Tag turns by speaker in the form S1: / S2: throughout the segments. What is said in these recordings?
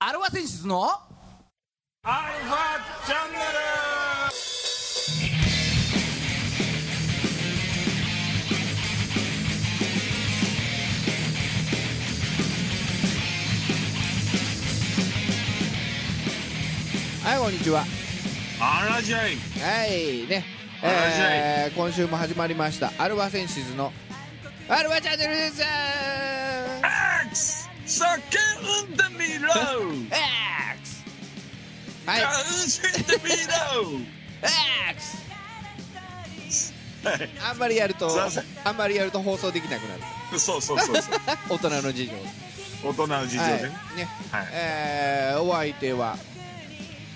S1: アルファ選出の
S2: アルファチャンネル
S3: はいこんにちは
S2: あらじゃい
S3: はいね
S2: あらじゃ
S3: えー今週も始まりましたアルファセンシズのアルファチャンネルです
S2: 叫んでみろ
S3: X はい
S2: 叫んでみろ
S3: X あんまりやると
S2: すいません
S3: あんまりやると放送できなくなる
S2: そうそうそうそう
S3: 大人の事情
S2: 大人の事情
S3: はい
S2: でね
S3: ね
S2: はい
S3: えーお相手は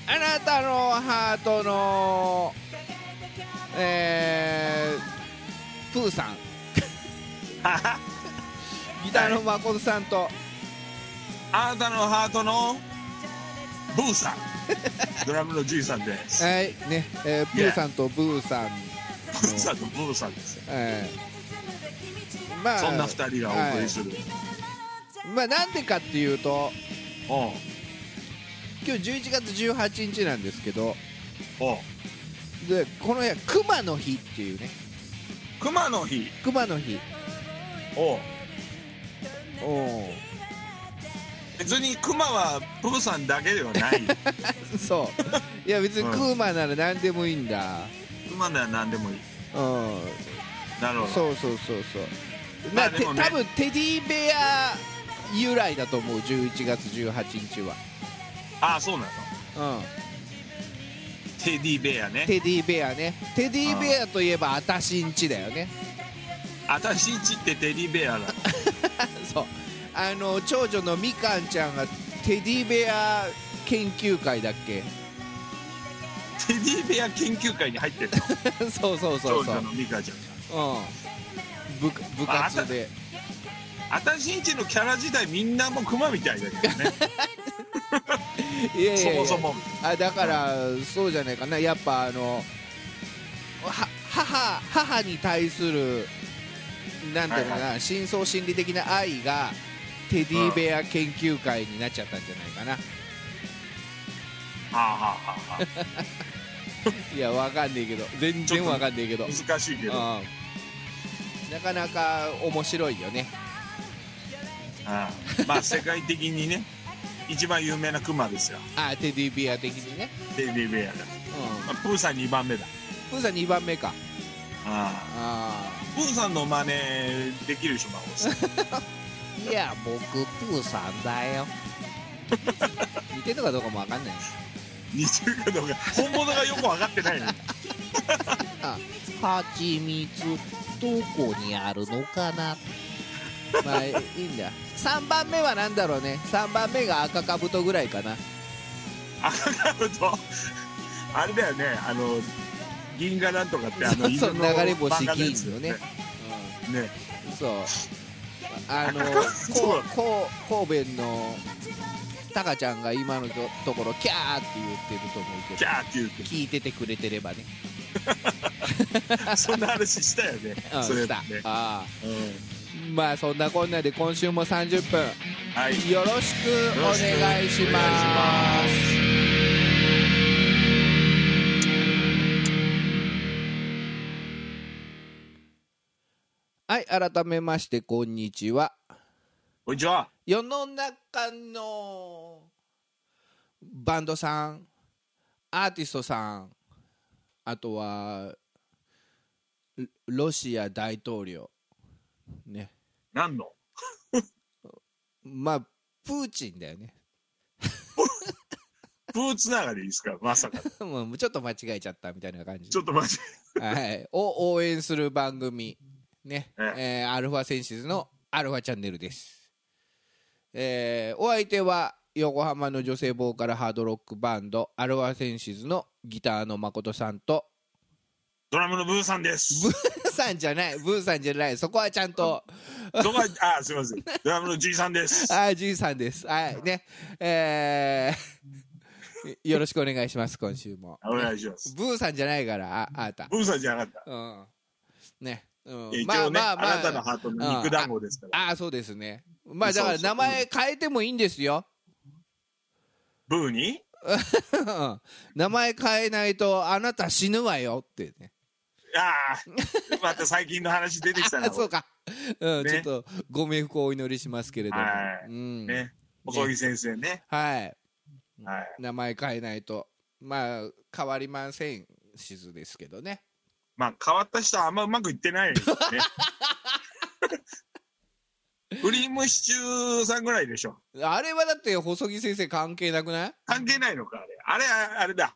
S3: あなたのハートのえープーさんギターの誠さんと、
S2: あなたのハートのブーさん ドラムのじいさんです
S3: はいね、えープーさんとブーさん、
S2: ブーさんとブーさんですよ
S3: えーまあ
S2: そんな二人がお送りする、
S3: はいまあなんでかっていうと
S2: おう
S3: 今日11月18日なんですけど
S2: おう
S3: でこの日は熊の日っていうね
S2: 熊の日
S3: 熊の日
S2: おう
S3: おー
S2: 別に熊はブーさんだけではない
S3: そういや別に
S2: うん
S3: 熊なら何でもいいんだ
S2: 熊なら何で もいい
S3: うん、
S2: なるほど
S3: そうそうそうそう、
S2: まあ
S3: なて
S2: でもね
S3: 多分テディベア由来だと思う11月18日は、
S2: ああそうなの
S3: うん、
S2: テディベアね
S3: テディベアねテディベアといえばあたしんちだよね
S2: あたしんちってテディ ベアなの
S3: そうあの長女のみかんちゃんがテディベア研究会だっけ
S2: テディベア研究会に入ってるの
S3: そうそうそうそう、う
S2: 長女
S3: ん
S2: のミカちゃん、
S3: 部部活で
S2: があたしんちのキャラ自体みんなもう熊みたいだけどね
S3: いやいやいや
S2: そもそも
S3: あだからそうじゃないかなやっぱあのは母母に対するなんていうのかな、
S2: はい
S3: 深層心理的な愛がテディベア研究会になっちゃったんじゃないかな、
S2: はあはあはあはい
S3: やわかんねえけど全
S2: ちょっ
S3: 然
S2: と
S3: わかんねえけど
S2: あ難しいけどあ
S3: うんなかなか面白いよね
S2: あまあ世界的にね一番有名な熊ですよ
S3: あテディベア的にね、
S2: テディベアが、
S3: う
S2: まあ、プーさん2番目だ
S3: ん、プーさん2番目か
S2: あ
S3: あ
S2: あプーさんの真似できる人が 多いです
S3: ーいや僕プーさんだよ似てるのかどうかもわかんない
S2: 似てるかどうか本物がよく分かってないの
S3: はちみつどこにあるのかなまあいいんだ3番目は何だろうね3番目が赤かぶとぐらいかな
S2: 赤カブとあれだよねあの銀河なんとかってあの
S3: そうそう
S2: 犬の
S3: 流れ星
S2: 漫画のやつ
S3: 銀
S2: だよ
S3: の
S2: ね
S3: うんそうあの
S2: 赤かぶと
S3: こうこう神戸のタカちゃんが今のとところキャーって言ってると思うけ
S2: キ
S3: ど
S2: ャーって言うけ
S3: 聞いててくれてればね
S2: どそんな話したよね
S3: うん
S2: それ
S3: した
S2: ね、
S3: あ
S2: うん
S3: ーまあそんなこんなで今週も30分
S2: はい
S3: よろしくお願いし
S2: よろしくお
S3: ま
S2: 願い
S3: す
S2: します
S3: はい、改めまして、こんにちは。
S2: こんにちは
S3: 世の中のバンドさん、アーティストさん、あとは、ロロシア大統領。ね。
S2: 何の
S3: まあ、プーチンだよね。
S2: プーつながりですからまさか
S3: もうちょっと間違えちゃったみたいな感じ
S2: ちょっと待って
S3: はい、を応援する番組、ね
S2: え
S3: えーアルファセンシズのアルファチャンネルです、えーお相手は横浜の女性ボーカルハードロックバンドアルファセンシズのギターの誠さんと
S2: ドラムのブーさんです
S3: ブーさんじゃないブーさんじゃないそこはちゃんと
S2: どこあすいませんドラムのじいさんです
S3: あーじいさんですはいねえー よろしくお願いします今週も
S2: お願いします
S3: ブーさんじゃないからああなた
S2: ブーさんじゃなかっ
S3: うんね、うん
S2: た一応ねあなたのハートの肉団子ですから
S3: ああそうですねまあ
S2: そ
S3: だ
S2: う
S3: から
S2: そう
S3: 名前変えてもいいんですよ
S2: ブーに
S3: うん名前変えないとあなた死ぬわよってね
S2: ああまた最近の話出てきたな
S3: あそうか、うん
S2: ね
S3: ちょっとご冥福をお祈りしますけれども
S2: は
S3: うん
S2: ね細木先生ね
S3: はい
S2: はい
S3: 名前変えないとまあ変わりませんしずですけどね
S2: まあ変わった人はあんまうまくいっ てないねクリームシチューさんぐらいでしょ
S3: あれはだって細木先生関係なくない
S2: 関係ないのかあれあれああれだ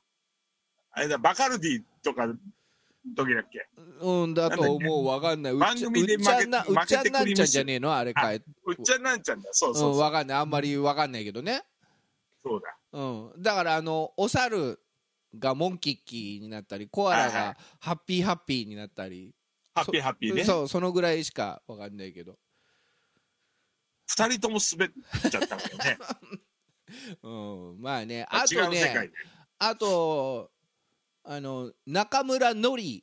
S2: あれだバカルディとかの時だっけ
S3: うんだと思うわかんないうっ
S2: 番
S3: ちゃ
S2: 組で
S3: うっちゃんな
S2: 負け
S3: うっちゃ
S2: 負けて
S3: んなん
S2: くり
S3: ちゃん
S2: ました
S3: じゃねえのあれ変え
S2: うっちゃんなんちゃんだそう
S3: う
S2: そうんそう,、
S3: わかんないあんまりわかんないけどね
S2: そうだ
S3: うんだからあのお猿がモンキッキーになったりコアラ
S2: はいは
S3: がハッピーハッピーになったり
S2: ハッピーハッピーね
S3: そうそのぐらいしかわかんないけど
S2: 二人とも滑っちゃったんだよね
S3: うんまあね あ
S2: 違
S3: と
S2: う世界
S3: ね
S2: で
S3: あとあの中村のり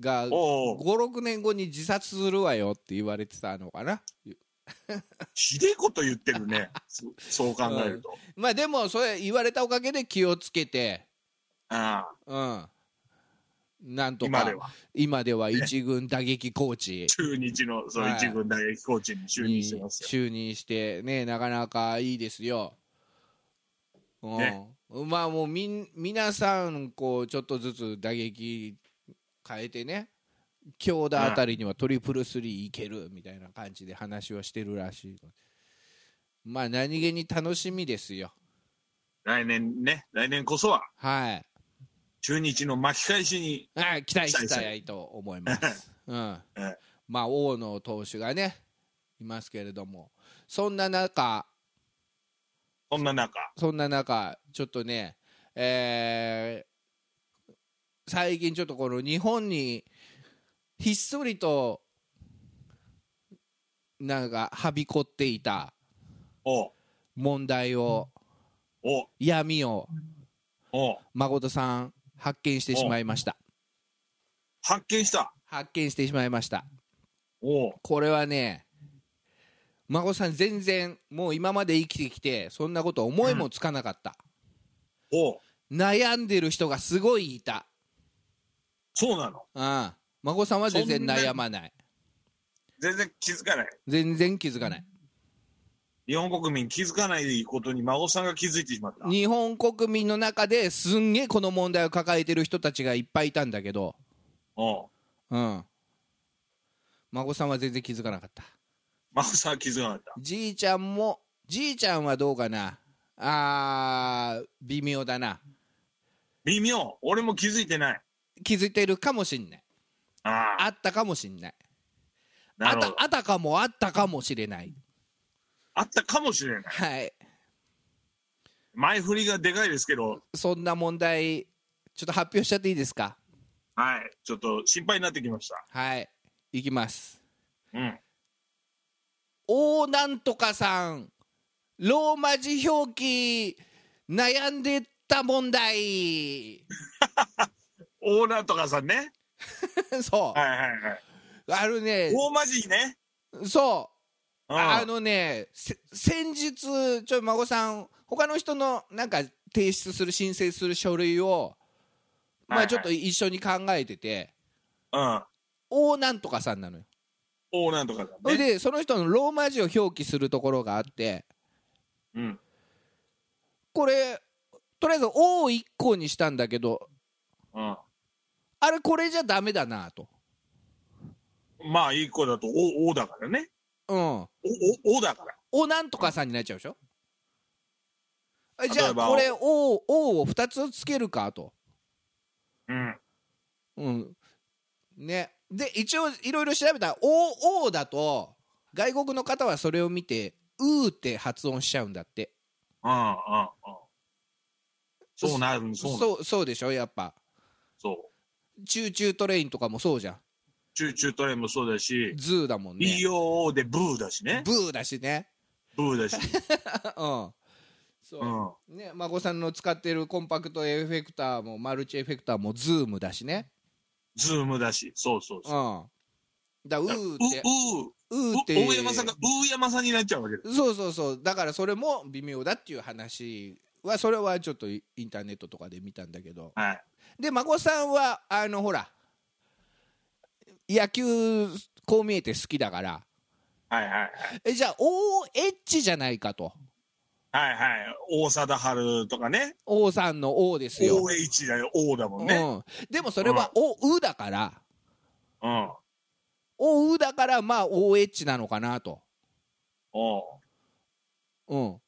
S3: が
S2: おお
S3: 56年後に自殺するわよって言われてたのかな
S2: ひでえこと言ってるねそそう考えると、
S3: まあでもそれ言われたおかげで気をつけて
S2: ああ
S3: うんなんとか
S2: 今では
S3: 今では一軍打撃コーチ
S2: 中日のそ
S3: は
S2: の
S3: い
S2: 一軍大学コーチに就任
S3: に
S2: してますよ、
S3: 就任してねなかなかいいですよ、うん
S2: ね
S3: まあもうみん皆さんこうちょっとずつ打撃変えてね強打あたりにはトリプルスリーいけるみたいな感じで話をしてるらしいまあ何気に楽しみですよ
S2: 来年ね来年こそは
S3: はい
S2: 中日の巻き返しに
S3: はい期待
S2: 期待し
S3: した
S2: い
S3: たいと思います、 うん
S2: え、
S3: まあ大野投手がねいますけれどもそんな中
S2: そんな中
S3: そんな中、ちょっとね、えー最近ちょっとこの日本にひっそりとなんかはびこっていた
S2: おう
S3: 問題を、
S2: おう
S3: 闇を
S2: おう
S3: 誠さん発見してしまいました。
S2: 発見した
S3: 発見してしまいました。
S2: おう
S3: これはね、孫さん全然もう今まで生きてきてそんなこと思いもつかなかった、
S2: おう
S3: 悩んでる人がすごいいた
S2: そうなの
S3: うん孫さんは全然悩まない
S2: 全然気づかない
S3: 全然気づかない
S2: 日本国民気づかないことに孫さんが気づいてしまった
S3: 日本国民の中ですんげえこの問題を抱えてる人たちがいっぱいいたんだけど
S2: おう
S3: うん孫さんは全然気づかなかった
S2: 孫さんは気づかなかった
S3: じいちゃんもじいちゃんはどうかなあー微妙だな
S2: 微妙俺も気づいてない
S3: 気づいてるかもしんない
S2: ああ
S3: あったかもしんない
S2: な
S3: あ
S2: るほ
S3: た
S2: ど
S3: あたかもあったかもしれない
S2: あったかもしれない
S3: はい
S2: 前振りがでかいですけど
S3: そんな問題ちょっと発表しちゃっていいですか
S2: はいちょっと心配になってきました
S3: はいいきます
S2: うん
S3: 大なんとかさんローマ字表記悩んでた問題
S2: オーナーとかさんね
S3: そう、
S2: はいはいはい
S3: あのね
S2: 大マジね
S3: そう
S2: うん
S3: あのねせ先日ちょい孫さん他の人のなんか提出する申請する書類をま
S2: はいは
S3: あ
S2: い
S3: ちょっと一緒に考えてて、
S2: うん
S3: 大なんとかさんなのよ、
S2: オーナーとかさ
S3: それ
S2: んね
S3: でその人のローマ字を表記するところがあって
S2: うん
S3: これとりあえず「O」を1個にしたんだけど
S2: うん
S3: あれこれじゃダメだなと
S2: まあいい子だとおおだからね
S3: うん
S2: おおおだから
S3: おなんとかさんになっちゃうでしょあじゃ
S2: 例
S3: あ
S2: えば
S3: これ「お」おを2つつけるかと、
S2: うん
S3: うんね、で一応いろいろ調べたら「お」おだと外国の方はそれを見て「う」って発音しちゃうんだって
S2: うんうんうんそうなるそうなる
S3: そうそうでしょやっぱ
S2: そ
S3: 「
S2: う
S3: チューチュートレイン」とかもそうじゃん
S2: チューチュートレインもそうだ
S3: 「
S2: し
S3: ズー」だもんね
S2: EOO でブーだ
S3: 「
S2: しね
S3: ブー」だしね
S2: ブーだし
S3: うんそうう、
S2: ん
S3: ね孫さんの使ってるコンパクトエフェクターもマルチエフェクターもズームだしね
S2: ズームだしそうそう
S3: う
S2: そうん
S3: だから「う
S2: う
S3: ー」
S2: う
S3: って
S2: う
S3: うー
S2: う
S3: って
S2: 大山さんが大山さんになっちゃうわけです
S3: そうそうそうだからそれも微妙だっていう話はそれはちょっとイインターネットとかで見たんだけど
S2: はい
S3: で孫さんはあのほら野球こう見えて好きだから
S2: はいはいはい
S3: えじゃあ OH じゃないかと
S2: はいはい大貞治とかね
S3: O さんの O ですよ、
S2: OH だよ O だもんね
S3: うん、でもそれは OU だから
S2: うん、
S3: おうだからまあ OH なのかなと、
S2: おう
S3: うん、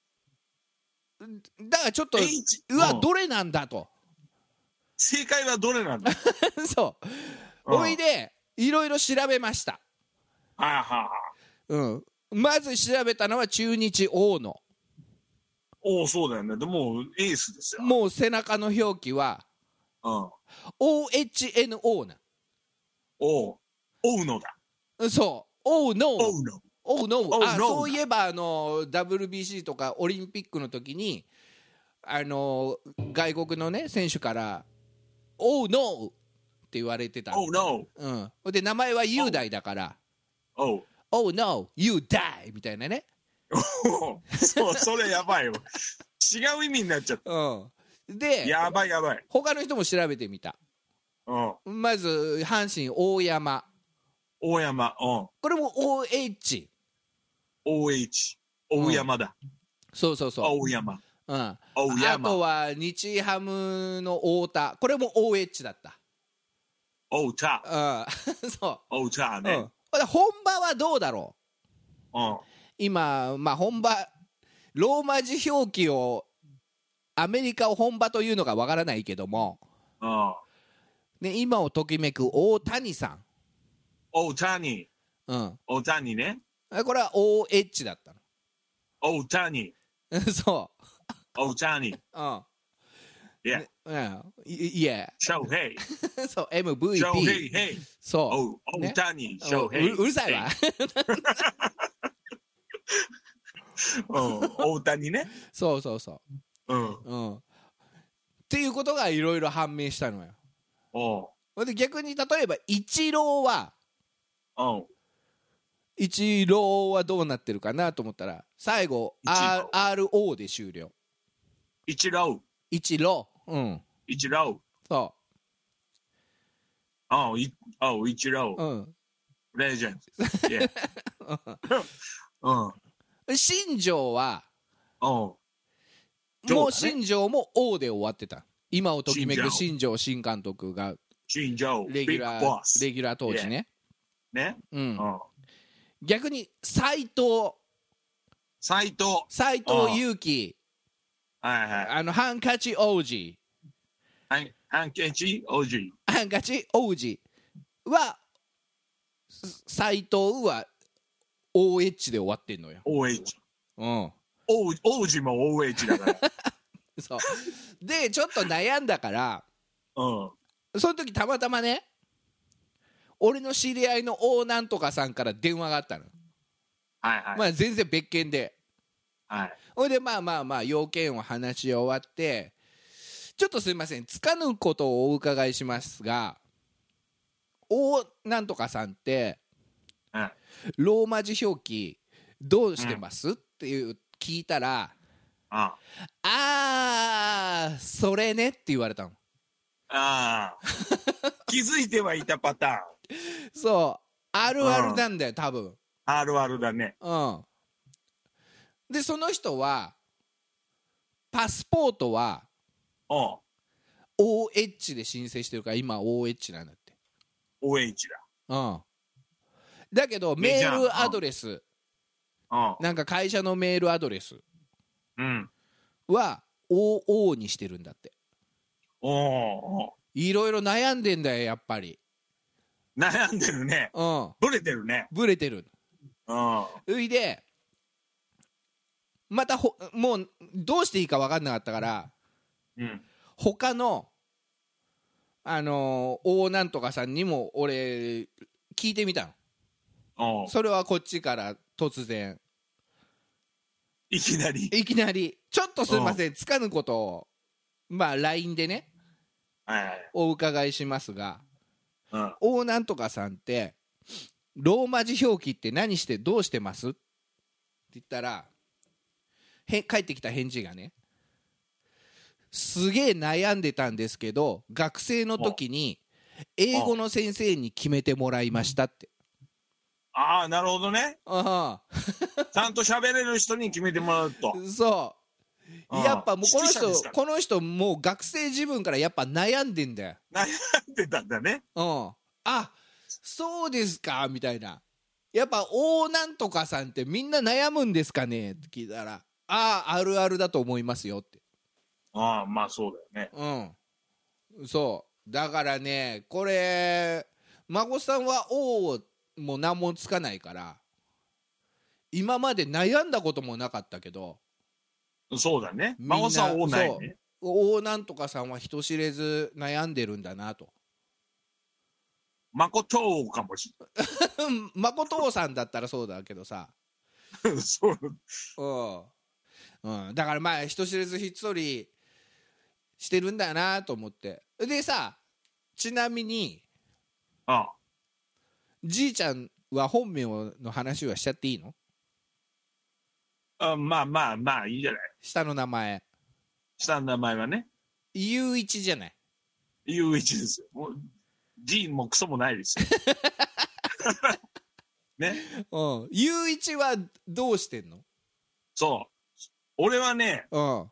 S3: だからちょっと
S2: H
S3: うわ
S2: ん
S3: どれなんだと
S2: 正解はどれなんだ
S3: そう
S2: う ん
S3: おいでいろいろ調べました、
S2: はいはいはい
S3: うん、まず調べたのは中日王の
S2: おおそうだよねでもうエースですよ
S3: もう背中の表記は
S2: うん
S3: OHNO な
S2: おうおうのだ
S3: うんそう Oh no
S2: おうの
S3: Oh no
S2: Oh
S3: あ
S2: no
S3: そういえばあの WBC とかオリンピックの時にあの外国のね選手から「Oh no!」って言われてたの
S2: Oh no!
S3: うん、で名前は雄大だから
S2: おう
S3: 「Oh no you die」みたいなね、
S2: そう、それやばいわ。違う意味になっちゃっ
S3: うん、
S2: た。
S3: で
S2: やばいやばい。
S3: 他の人も調べてみた
S2: うん。
S3: まず阪神大山
S2: 大山、うん。
S3: これも OH
S2: OH。大山だ。
S3: そうそうそ
S2: 大山。
S3: う、うん、あ
S2: 大
S3: と
S2: 山。
S3: は日ハムの太田これも OH だった
S2: 大田。
S3: うん そ
S2: 大田
S3: う、
S2: ね。う。
S3: うんん、ほら本場はどうだろう今、まあ、本場ローマ字表記をアメリカを本場というのがわからないけども、
S2: うん。
S3: ね、今をときめく大谷さ
S2: 大谷。
S3: ん、うん、
S2: 大谷ね。
S3: あこれは OH だった
S2: 大谷。
S3: の そ
S2: 大谷。
S3: う、うん
S2: いや
S3: ね、うん、いいや
S2: 翔平。
S3: そう
S2: 翔
S3: MVP
S2: 平、へい。
S3: そ
S2: おう
S3: ね
S2: 大谷。
S3: う
S2: 翔
S3: う
S2: 平。
S3: うるさいわ
S2: うん。大谷ね。
S3: そうそうそ
S2: うん。
S3: う、うん、っていうことがいろいろ判明したのよ
S2: おう。
S3: ほんで逆に例えばイチローは
S2: おう。
S3: イチローはどうなってるかなと思ったら最後
S2: イチロ
S3: R- RO で終了
S2: 一郎。
S3: イチローうん
S2: 一郎。
S3: そ
S2: おう、いおう、一郎
S3: う、。うん
S2: レジェン ド。いや。うん。
S3: 新庄は
S2: おう。
S3: もう
S2: そうだね
S3: 新庄も王で終わってた今をときめく新
S2: 新
S3: 庄新監督が
S2: 新庄、
S3: レ
S2: ビ
S3: ギュ
S2: ッ
S3: ラ
S2: グボ
S3: ー
S2: ス
S3: レ。ギュラー当時ね、
S2: ね。
S3: う、
S2: うんん。
S3: 逆に斎藤
S2: 斎藤。
S3: 斎藤佑樹
S2: はいはい。
S3: あのハンカチ王子
S2: ハンハンケチ、オージー。
S3: ハンカチ王子はす斎藤は OH で終わってんのよ、
S2: OH。
S3: うん、
S2: オー王子も OH だから。
S3: そうでちょっと悩んだから
S2: うん。
S3: その時たまたまね俺の知り合いの王なんとかさんから電話があったの、
S2: はいはい。
S3: まあ全然別件で
S2: はい。
S3: ほいでまあまあまあ要件を話し終わってちょっとすいませんつかぬことをお伺いしますが大なんとかさんって
S2: うん
S3: ローマ字表記どうしてます、っていう聞いたら
S2: あ
S3: 「あーそれね」って言われたの
S2: あ ー。気づいてはいたパタ
S3: そうあるあるなんだよ多分
S2: ーン。あるあるだね。
S3: うんでその人はパスポートは
S2: うん。
S3: OH で申請してるから今 OH なんだって
S2: OH
S3: うん、だけど
S2: メ
S3: メ
S2: ジャー
S3: ールアドレス
S2: だ。
S3: なんか会社のメールアドレス
S2: うん。うん。
S3: は OO にしてるんだって
S2: おー
S3: いろいろ悩んでんだよやっぱり
S2: 悩んでるね。
S3: うん
S2: ブレてるね。
S3: ブレてる
S2: うん。
S3: ういでまたほもうどうしていいか分かんなかったから
S2: うん。
S3: 他のあのー O なんとかさんにも俺聞いてみた
S2: お
S3: のそれはこっちから突然
S2: いきなり。
S3: いきなりちょっとすいませんつかぬことをまあ LINE でね
S2: はいはい。
S3: お伺いしますが
S2: うん。
S3: 大なんとかさんってローマ字表記って何してどうしてますって言ったらへ返ってきた返事がねすげえ悩んでたんですけど学生の時に英語の先生に決めてもらいましたって
S2: ああ、なるほどね。
S3: あ
S2: ちゃんと喋れる人に決めてもらう と
S3: あ。そうやっぱもうこの
S2: 指揮者です
S3: 人
S2: から
S3: この人もう学生自分からやっぱ悩んでんだよ
S2: 悩んでたんだね。
S3: うん、あそうですかみたいなやっぱ大なんとかさんってみんな悩むんですかねって聞いたら「あああるあるだと思いますよ」って
S2: ああ、まあそうだよね。
S3: うんそうだからねこれ孫さんは「おお」も何もつかないから今まで悩んだこともなかったけど
S2: そうだね。
S3: みんな
S2: 孫さんをないね。
S3: 「おおなんとかさんは人知れず悩んでるんだな」と
S2: まことかもし
S3: うん誠さんだったらそうだけどさ
S2: れない。 そう。
S3: うん、うん、だからまあ人知れずひっそりしてるんだなと思ってでさちなみに
S2: あ
S3: じいちゃんは本名の話はしちゃっていいの
S2: ああまあまあまあ、いいじゃない。
S3: 下の名前
S2: 下の名前はね、
S3: ゆういちじゃない
S2: ゆういちですよ。もう、G もクソもな いですよ。ね。
S3: うんゆういちはどうしてんの
S2: そう。俺はね、
S3: うん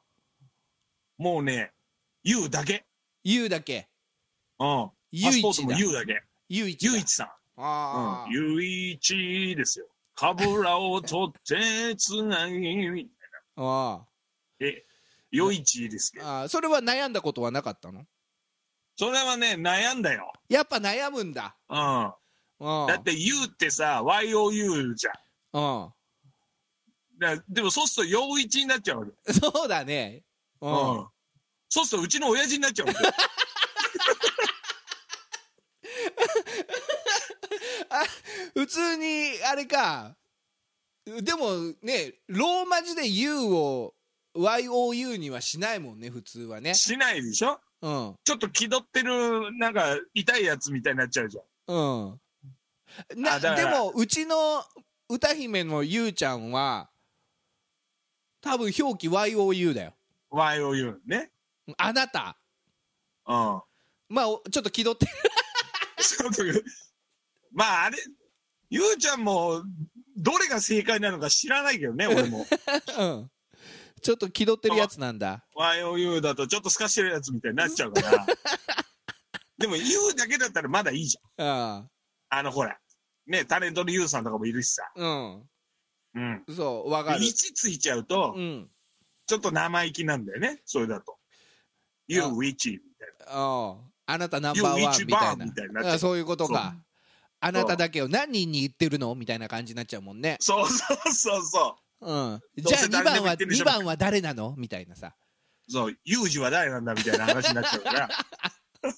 S2: もうね、ゆうだけ。
S3: ゆうだけ
S2: うん。
S3: ゆ
S2: パ
S3: う
S2: ス
S3: い
S2: ポート
S3: ち
S2: も
S3: だ
S2: ゆうだけ。
S3: ゆういちだ
S2: ゆういちさん。
S3: ああ
S2: うん、ゆいちですよ。かぶらを取ってつなぎ。
S3: あ
S2: え、よいちですけど。
S3: あそれは悩んだことはなかったの
S2: それはね、悩んだよ。
S3: やっぱ悩むんだ
S2: う
S3: うん
S2: ん。だって、ゆうってさ、YOU じゃん。
S3: うん
S2: だでも、そうすると、よいちになっちゃうわけ。
S3: そうだね
S2: うん。そうすると、うちの親父になっちゃうわけ。
S3: 普通にあれかでもねローマ字で U を YOU にはしないもんね普通はね
S2: しないでしょ
S3: うん
S2: ちょっと気取ってる、なんか、痛いやつみたいになっちゃうじゃん。
S3: うんな
S2: あだか
S3: で
S2: ら
S3: もうちの歌姫のゆうちゃんは多分表記 YOU だよ
S2: YOU ね。
S3: あなた
S2: うん。
S3: まあおちょっと気取って
S2: ちょっとまああれ、ゆうちゃんもどれが正解なのか知らないけどね、俺も。
S3: うんちょっと気取ってるやつなんだ
S2: YOU だとちょっと透かしてるやつみたいになっちゃ うから。でも、ゆうだけだったらまだいいじ
S3: うん
S2: ゃん。あの、ほら。ね、タレントのゆうさんとかもいるしさ。
S3: うん
S2: うん。
S3: そうわかる
S2: 位置ついちゃうと
S3: う、ん
S2: ちょっと生意気なんだよね、それだと。You
S3: あ
S2: witch みたい
S3: あああなたナンバーワン
S2: You
S3: みたい
S2: Ichiban みたいに
S3: な
S2: なっちゃう
S3: あそういうこと
S2: そう
S3: かあなただけを何人に言ってるのみたいな感じになっちゃうもんね、
S2: な。そうそうそうそ
S3: うん、
S2: どう
S3: じゃあ
S2: せ
S3: 2
S2: 誰で
S3: 番
S2: も言っ
S3: は
S2: てるでし
S3: 二
S2: ょ
S3: 番は誰なのみたいなさ、
S2: う。そう、ゆうじは誰なんだみたいな話になっちゃ うから。
S3: うん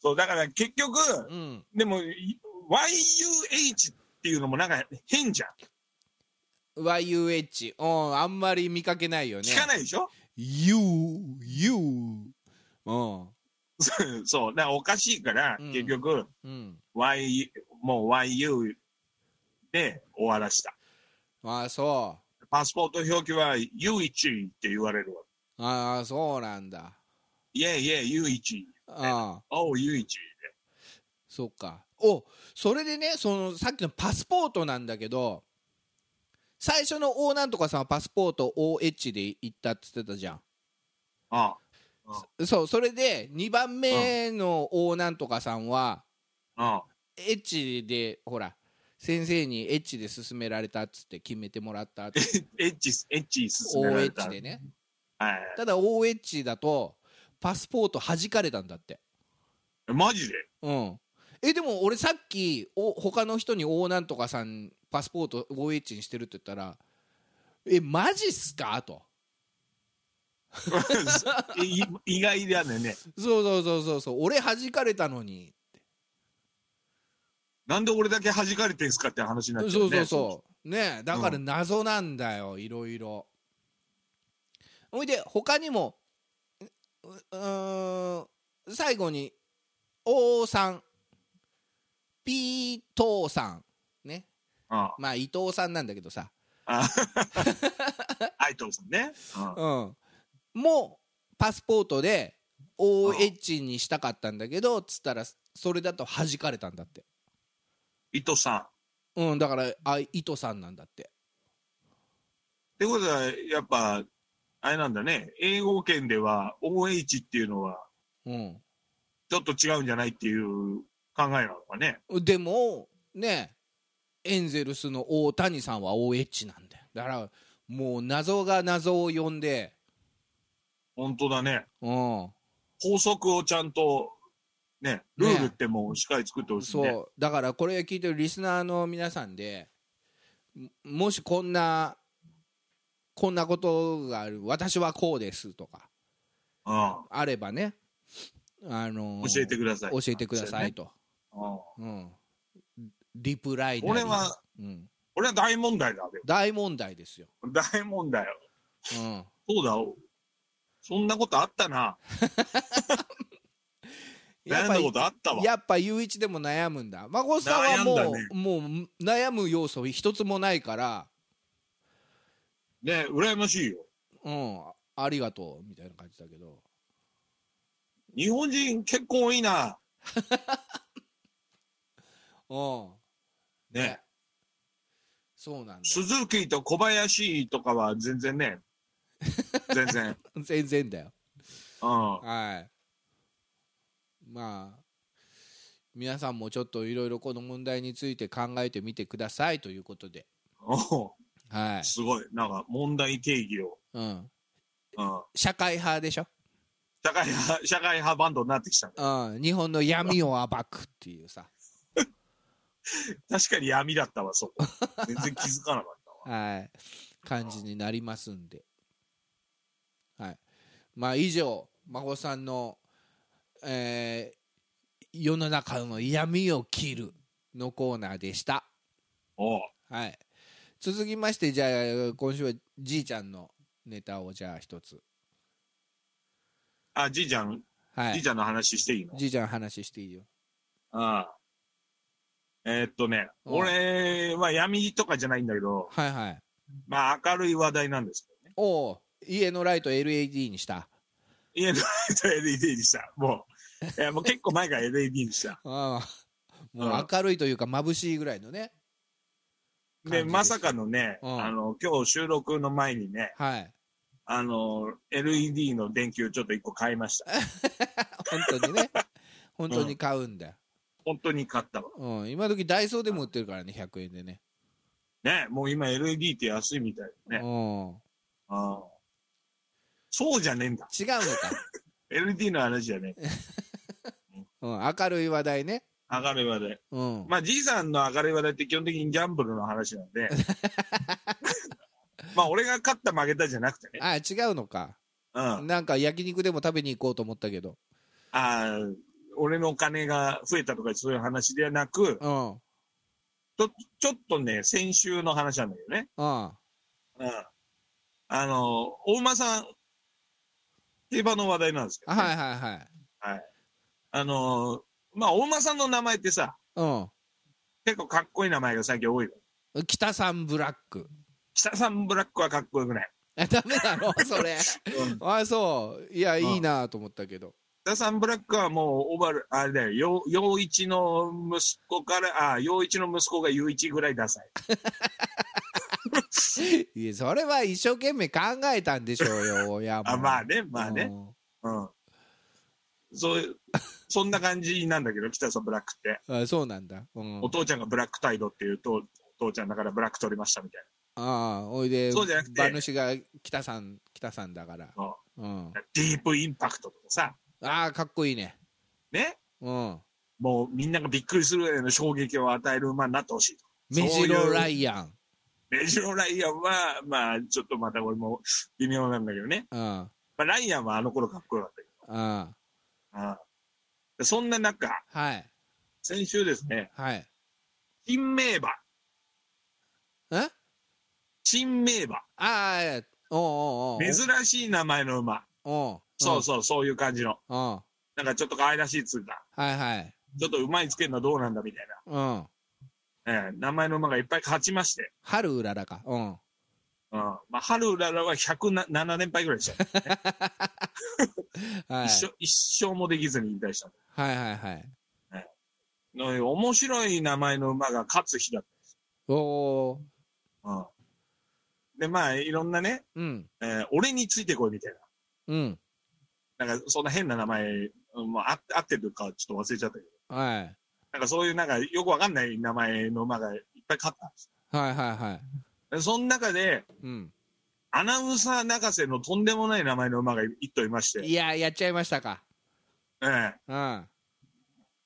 S2: そう、だから結局、
S3: うん、
S2: でも、い YUH っていうのもなんか変じゃん。
S3: YUH、うん、あんまり見かけないよね
S2: 聞かないでしょ、
S3: You You うん
S2: そうそう。だからおかしいから、
S3: うん
S2: 結局、
S3: うん
S2: Y、もう YU で終わらした。
S3: ああそ
S2: パスポート表記は U1 って言われるわ。
S3: うああそうなんだ
S2: いやいや、U1。
S3: ああ
S2: おう、U1。
S3: そっかおそれでねそのさっきのパスポートなんだけど最初の O なんとかさんはパスポート OH で行ったって言ってたじゃ
S2: あ
S3: んそうそれで2番目の O なんとかさんは
S2: あ、ああ。
S3: H でほら先生に H で勧められたっつって決めてもらったっ つって
S2: エッチ、エッチ進められた。
S3: OH でね
S2: はい。
S3: ただ OH だとパスポート弾かれたんだって
S2: マジで
S3: うんえでも俺さっきお他の人に「おなんとかさんパスポート OH にしてる」って言ったら「えマジっすか?」と
S2: い意外だね。
S3: そうそうそうそうそう俺弾かれたのに
S2: なんで俺だけ弾かれてんすかって話になっ
S3: そう
S2: ちゃ
S3: そ
S2: うね。
S3: うそうねえだから謎なんだよ、いろいろほいで他にもううーん最後に「おさんピートーさんね
S2: あ
S3: まあ伊藤さんなんだけどさ、
S2: あ。アイトンさんね。あ
S3: うん、もうパスポートで OH にしたかったんだけどつったらそれだと弾かれたんだって、
S2: 伊藤さん。っ
S3: うん、だからあ伊藤さんなんだって
S2: てことは、やっぱ、あれなんだね。英語圏では OH っていうのは、
S3: うん
S2: ちょっと違うんじゃないっていう考えなのかね。
S3: でもねエンゼルスの大谷さんは OH なんだよだからもう謎が謎を呼んで、
S2: 本当だね。
S3: うん、
S2: 法則をちゃんと、ね、ルールってもうしっかり作ってほしい
S3: そう、
S2: ね。
S3: だからこれ聞いてるリスナーの皆さんでももしこんなこんなことがある私はこうですとか
S2: う
S3: あればね、あの
S2: ん。教えてください。
S3: 教えてくださいと、
S2: うん。
S3: うん、リプライなり
S2: これは、
S3: うん、
S2: これは大問題だ。で
S3: 大問題ですよ、
S2: も大問題よ。
S3: うん、
S2: そうだ。そんなことあったな。
S3: やっ
S2: 悩ん
S3: ぱ
S2: だ
S3: り
S2: ことあったわ。
S3: やっぱ雄一でも悩むんだ孫さんはも
S2: 悩
S3: う,、
S2: んだね
S3: もう悩む要素一つもないから
S2: ね、羨ましいよ。
S3: うんありがとうみたいな感じだけど
S2: 日本人結構多いな。
S3: うん
S2: ね。
S3: そうなんだ
S2: 鈴木と小林とかは全然 ね。全然。
S3: 全然だよ
S2: うん。
S3: はいまあ皆さんもちょっといろいろこの問題について考えてみてくださいということで
S2: おう
S3: はい、
S2: すごい。なんか問題定義を。
S3: うん、
S2: うん。
S3: 社会派でしょ、
S2: 社会派、社会派バンドになってきた。
S3: うん、日本の闇を暴くっていうさ
S2: 確かに闇だったわ、そこ。全然気づかなかったわ。
S3: はい、感じになりますんで、はい、まあ以上孫さんの、えー世の中の闇を切る」のコーナーでした、
S2: おう
S3: はい、続きましてじゃあ今週はじいちゃんのネタをじゃあ一つ、
S2: あ、じいちゃん、
S3: は
S2: じい
S3: い、
S2: ちゃんの話していいの
S3: じいちゃん話していいよ
S2: ああえーっとね、
S3: うん
S2: 俺は闇とかじゃないんだけど、
S3: はいはい
S2: まあ明るい話題なんですけどね。
S3: おお家のライト LED にした
S2: 家のライト LED にした。もう、いやもう結構前から LED にした。
S3: ああも
S2: う
S3: うん明るいというか眩しいぐらいのね
S2: で、
S3: 感じす
S2: まさかのね、
S3: うん
S2: あの、今日収録の前にね、
S3: はい
S2: あの、LED の電球ちょっと一個買いました。
S3: 本当に ね本当に買うんだよ、
S2: 本当に買ったわ。
S3: うん、今時ダイソーでも売ってるからね100円でね
S2: ね、もう今 LED って安いみたいだね。
S3: うん
S2: ああそうじゃねえんだ。
S3: 違うのか、
S2: LED の話じゃねえ。
S3: うん、明るい話題ね
S2: 明るい話題。
S3: うん
S2: まあ、じいさんの明るい話題って基本的にギャンブルの話なんで。まあ、俺が勝った負けたじゃなくてね。
S3: あ違うのか
S2: うん。あ
S3: なんか焼肉でも食べに行こうと思ったけど
S2: あ、俺のお金が増えたとかそういう話ではなく、
S3: うんうん
S2: ちょっとね、先週の話なんだけどね。
S3: あ
S2: うん。あの、大馬さん、競馬の話題なんですけど、ね。
S3: はいはいはい
S2: あの、まあ、大馬さんの名前ってさ、結構かっこいい名前が最近多いの。
S3: うん北さんブラック
S2: 北さんブラックはかっこよくない。
S3: えダメだ ろそれ
S2: うん
S3: あそういや
S2: ん
S3: いいなと思ったけど
S2: 北さんブラックはもう、オーバル、あれだよ、陽陽一の息子から、あ、陽一の息子が雄一ぐらいダサい。
S3: いやそれは一生懸命考えたんでしょう よ親も
S2: あ、まあね、まあね。うん。そういう、そんな感じなんだけど、北さんブラックって。
S3: うんあそうなんだ、うん、
S2: お父ちゃんがブラック態度っていうと、お父ちゃんだからブラック取りましたみたい
S3: ああおいで
S2: そうじゃなくて
S3: 馬主が北さん北さんだから
S2: あ
S3: うん、
S2: な。ディープインパクトとかさ、
S3: ああかっこいいね
S2: ね。
S3: うん
S2: もうみんながびっくりするぐらいの衝撃を与える馬になってほしいと。
S3: メジロライアン
S2: メジロライアンは、まあ、ちょっとまた俺も微妙なんだけどね。
S3: うんあ
S2: まあ、ライアンはあの頃かっこよかったけ
S3: あ
S2: ど。ああそんな中、
S3: はい
S2: 先週ですね、
S3: はい
S2: 新名馬、
S3: えあ
S2: 新名馬、
S3: あおうおうおう
S2: 珍しい名前の馬。
S3: おう
S2: そうそう、そういう感じの。
S3: うんうんは
S2: なんかちょっと可愛らしいっつうか、
S3: いはい
S2: ちょっと馬につけるのはどうなんだみたい
S3: うん。
S2: な、ええ名前の馬がいっぱい勝ちまして、
S3: 春うららか。 うん。
S2: うんまあ、春うららは107連敗ぐらいでした、
S3: はい。
S2: 一生一生もできずに引退した
S3: はいはいはい。
S2: の面白い名前の馬が勝つ日だっ
S3: おお
S2: た、うんでまあいろんなね、
S3: ー。うん。
S2: えー俺についてこいみたい
S3: うん。
S2: ななんかそんな変な名前、うんまあ、あ合ってるかちょっと忘れちゃったけど
S3: はい。
S2: なんかそういうなんかよくわかんない名前の馬がいっぱい勝ったんです
S3: はいはいはい。
S2: でその中で
S3: うん。
S2: アナウンサー泣かせのとんでもない名前の馬が一頭いまして、
S3: いや、やっちゃいましたか。
S2: ええ
S3: うん。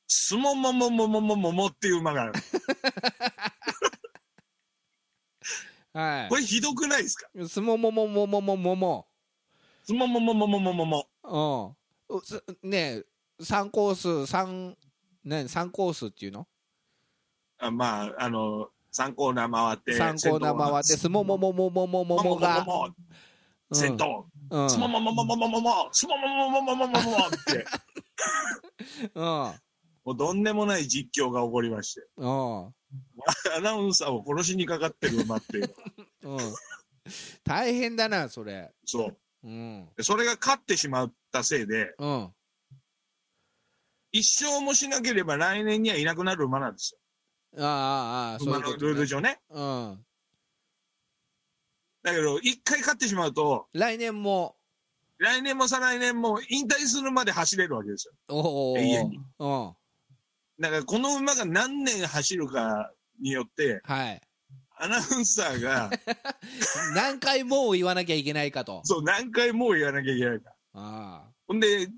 S2: スモモモモモモモモっていう馬が、
S3: は
S2: これひどくないですか
S3: い。すもももももももも。
S2: スモモモモモモモモ。
S3: うんう。すねえ、3コース、三ね三コースっていうの
S2: あまあ、あの、3コーナー回って、
S3: 三コーナー回って、すももももももも
S2: モ
S3: も
S2: モが
S3: が。、うん
S2: 先頭、
S3: うん。
S2: スモモモモモモモモ、スモモモモモモモモモって、
S3: うん。
S2: もうとんでもない実況が起こりまして、
S3: うん。
S2: アナウンサーを殺しにかかってる 馬っていう、
S3: うん。大変だな、それ。
S2: そう。
S3: うん。
S2: でそれが勝ってしまったせいで、
S3: うん。
S2: 一生もしなければ来年にはいなくなる馬なんです
S3: あ
S2: よ。
S3: あ、ああ、そうい
S2: 馬
S3: うこ
S2: の
S3: とね
S2: ルール上ね。
S3: うん。
S2: だけど、一回勝ってしまうと、
S3: 来年も、
S2: 来年も再来年も引退するまで走れるわけですよ。
S3: おお。
S2: 永遠に
S3: うん。
S2: だからこの馬が何年走るかによって、
S3: はい。
S2: アナウンサ ーが、
S3: 何回も言わなきゃいけないかと。
S2: そう、何回も言わなきゃいけないから。
S3: あ
S2: ほんで、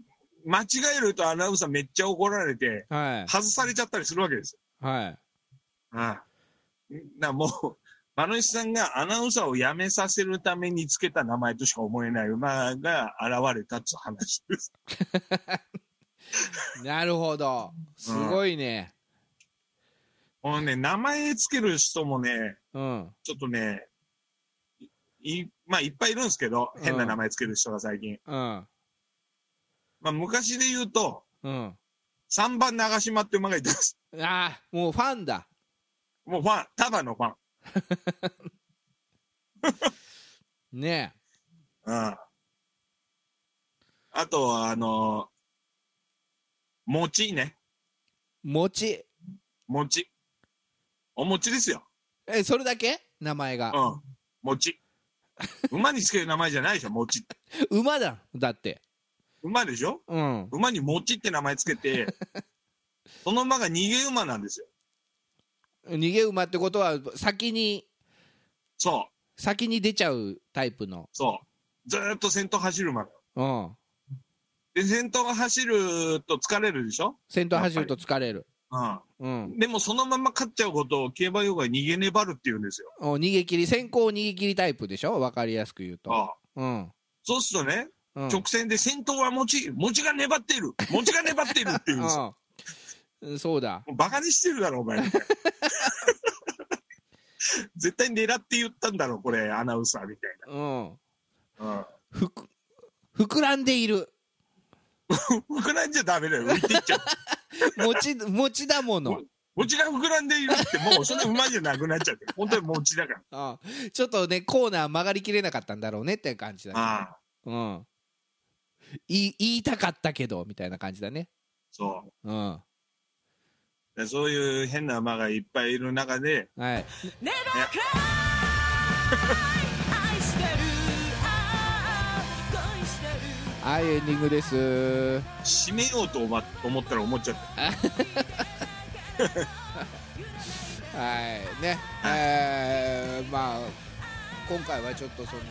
S2: 間違えるとアナウンサーめっちゃ怒られて、
S3: あ。はい。
S2: 外されちゃったりするわけですよ。
S3: はい。
S2: ああなもう、 馬主さんがアナウンサーを辞めさせるためにつけた名前としか思えない馬が現れたっていう話です。
S3: なるほど。すごいね。
S2: もうね、名前つける人もね、
S3: うん。
S2: ちょっとね、いいまあ、いっぱいいるんですけど、変な名前つける人が最近。
S3: うん。
S2: まあ、昔で言うと、
S3: うん。
S2: 3番長島って馬がいたんです。
S3: ああ、もうファンだ。
S2: もうファン、ただのファン。
S3: ね
S2: うん。あとは、あのー、餅
S3: え。
S2: ね。
S3: 餅。
S2: 餅。お餅ですよ。
S3: え、それだけ名前が。
S2: うん。 餅。馬につける名前じゃないでしょ、餅。
S3: 馬だ。だって。
S2: 馬でしょ
S3: うん。
S2: 馬に餅って名前つけて、 その馬が逃げ馬なんですよ。
S3: 逃げ馬ってことは、先に、
S2: そう。
S3: 先に出ちゃうタイプの。
S2: そう。ずーっと先頭走る馬。
S3: うん。
S2: で、先頭が走ると疲れるでしょ
S3: 先頭走ると疲れる。
S2: う
S3: うん。
S2: ん。でもそのまま勝っちゃうことを競馬用語で逃げ粘るって言うんですよ。
S3: お逃げ切り、先行逃げ切りタイプでしょわかりやすく言うと。
S2: ああ
S3: うん。
S2: そうするとね、
S3: うん
S2: 直線で先頭は持ち、持ちが粘っている持ちが粘っているって言うんですよ。
S3: うん、そうだ。
S2: もうバカにしてるだろ、お前。 絶対狙って言ったんだろ、これ、アナウンサーみたい
S3: うん。
S2: な。
S3: ふく、膨らんでいる。
S2: うん。膨らんじゃダメだよ、浮いていっちゃう。
S3: 餅、餅だもの。
S2: 餅が膨らんでいるって、もうそんな馬じゃなくなっちゃって。本当に餅 だから。
S3: ああちょっとね、コーナー曲がりきれなかったんだろうねって感じだね。
S2: ああ。
S3: うん。い言いたかったけど、みたいな感じだね。
S2: そう。
S3: うん。は
S2: でそういう変な馬がいっぱいいる中で、
S3: い。
S1: Never cry 愛してるああ恋してる
S3: はい、エンディングです。
S2: 締めようと思思ったら思っちゃった。
S3: はい。ね。えー、まあ、今回はちょっとその、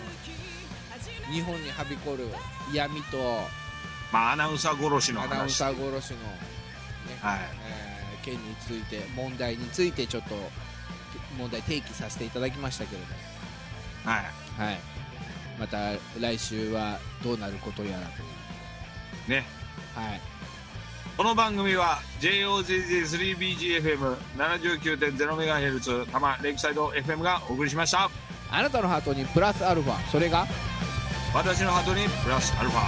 S3: 日本にはびこる闇と
S2: まあ、アナウンサー殺しの
S3: アナウン
S2: 話。
S3: サー殺しの、
S2: はい。
S3: えー件について、問題についてちょっと、問題提起させていただきましたけれども。
S2: はい。
S3: はい、また来週はどうなることやらと、
S2: ね。
S3: はい、
S2: この番組は JOZZ3BGFM79.0MHz 多摩レイクサイド FM がお送りしました。
S3: あなたのハートにプラスアルファそれが
S2: 私のハートにプラスアルファ。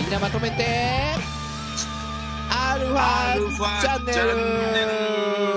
S3: みんなまとめてアルルファチャンネル